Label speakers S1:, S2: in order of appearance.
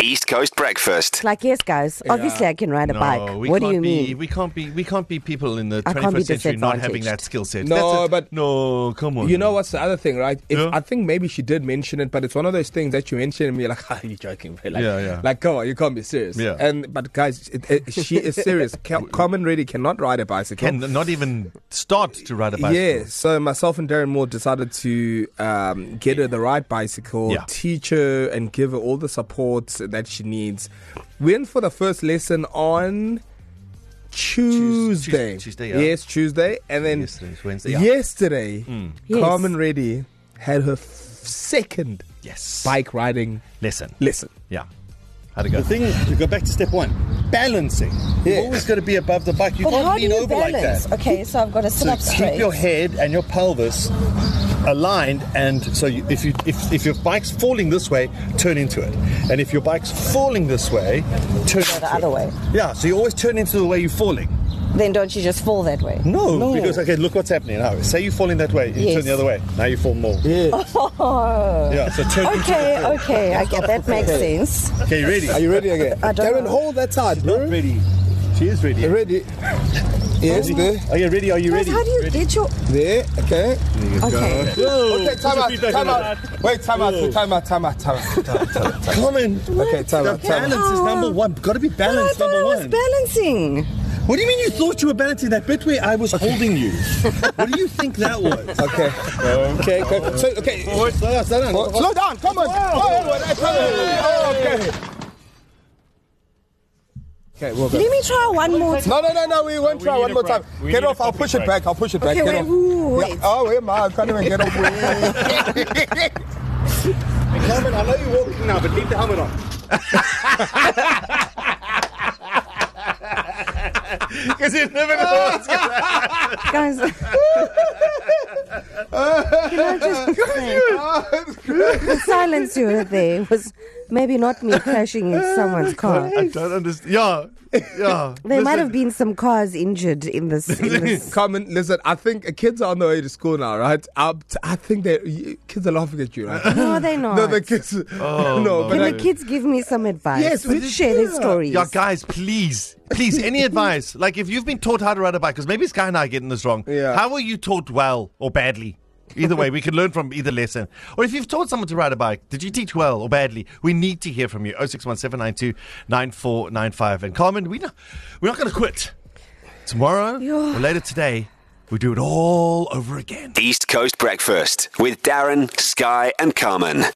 S1: East Coast Breakfast.
S2: Like, yes, guys, obviously I can ride a
S3: No,
S2: bike.
S3: we
S2: What do
S3: can't
S2: you
S3: be,
S2: mean?
S3: We can't be. We can't be people in the
S2: I can't be
S3: 21st century not having
S2: disadvantaged.
S3: that skill set.
S4: No,
S3: That's it.
S4: but-
S3: no, come on.
S4: You know what's the other thing, right? It's,
S3: Yeah.
S4: I think maybe she did mention it, but it's one of those things that you mention and you're like, "Are you joking?" Bro? Like,
S3: Yeah, yeah.
S4: Like, come on, you can't be serious.
S3: Yeah.
S4: And but guys, it, it, she is serious. Ca- Common really cannot ride a bicycle.
S3: Can not even start to ride a bicycle.
S4: Yeah, so myself and Darren Moore decided to um, get her the right bicycle,
S3: Yeah.
S4: teach her, and give her all the support that she needs. Went for the first lesson on Tuesday.
S3: Tues- Tuesday, yeah.
S4: Yes, Tuesday. And then
S3: Yesterday was Wednesday, yeah. Mm.
S4: yesterday
S2: Yes.
S4: Carmen Reddy had her f- second
S3: Yes.
S4: bike riding
S3: Listen.
S4: lesson.
S3: Yeah. How'd it go?
S5: The thing is, to go back to step one, balancing.
S4: Yeah.
S5: You've always got to be above the bike. You
S6: But how
S5: can't
S6: do
S5: lean
S6: you
S5: over
S6: balance?
S5: like that.
S6: okay, so I've got to sit
S5: So
S6: up straight.
S5: keep your head and your pelvis aligned, and so you, if you if, if your bike's falling this way, turn into it, and if your bike's falling this way, turn
S6: Go
S5: into
S6: the other
S5: it.
S6: way.
S5: Yeah, so you always turn into the way you're falling.
S6: Then don't you just fall that way?
S5: No,
S4: Oh,
S5: because okay, look what's happening now. Say you're falling that way, you
S6: Yes.
S5: turn the other way. Now you fall more.
S6: Oh.
S5: Yeah, so turn. into
S6: Okay,
S5: the fall.
S6: okay, I get that makes sense.
S5: Okay, you ready?
S4: Are you ready again?
S6: I don't
S4: Darren,
S6: know.
S4: hold that side,
S5: Not
S4: bro.
S5: ready. She is ready.
S4: You ready? Yes, there.
S5: Are you ready? Are you
S6: Guys,
S5: ready?
S6: how do you get your
S4: There, okay.
S6: Okay.
S4: Okay, time out, time out. Wait, time out, time out, time out, time out.
S5: Common.
S4: Okay, time
S5: The
S4: out, time
S5: balance
S4: out.
S5: is number one. Got to be
S6: Well, I
S5: balanced,
S6: thought I
S5: number
S6: was
S5: one.
S6: balancing.
S5: what do you mean you thought you were balancing that bit where I was holding you? what do you think that was?
S4: Okay. Okay, okay. So, okay.
S5: Slow down, slow down.
S4: Oh, Slow down, come on. Oh, Edward, Edward. Oh, okay. Okay, we'll go.
S6: Let me try one more time.
S4: No, no, no, no, we won't try one more time. Get off, I'll push it back, I'll push it back.
S6: Okay,
S4: Get
S6: wait,
S4: off.
S6: ooh, wait.
S4: Yeah. Oh, wait, ma, I can't even get off.
S5: Carmen, I know you're walking now, but leave the helmet on.
S3: Because you never know what's going
S2: Guys, the silence you were there was maybe not me crashing in someone's car.
S3: I don't understand. Yeah. Yeah.
S2: There might
S3: Listen.
S2: have been some cars injured in this. In this.
S4: Carmen, listen, I think kids are on their way to school now, right? I, I think that kids are laughing at you, right?
S2: No, they're not.
S4: No, the kids. no, but
S2: Can
S4: like,
S2: the kids give me some advice?
S4: Yes, but
S2: Let's
S4: it's-
S2: share their
S4: yeah.
S2: stories.
S3: Yeah, guys, please, please, any advice? Like, if you've been taught how to ride a bike, because maybe Sky and I are getting this wrong.
S4: Yeah.
S3: How were you taught well or badly? Either way, we can learn from either lesson. Or if you've taught someone to ride a bike, did you teach well or badly? We need to hear from you. 0617929495. And Carmen, we not, we're not going to quit. Tomorrow or later today, we do it all over again.
S1: East Coast Breakfast with Darren, Sky, and Carmen.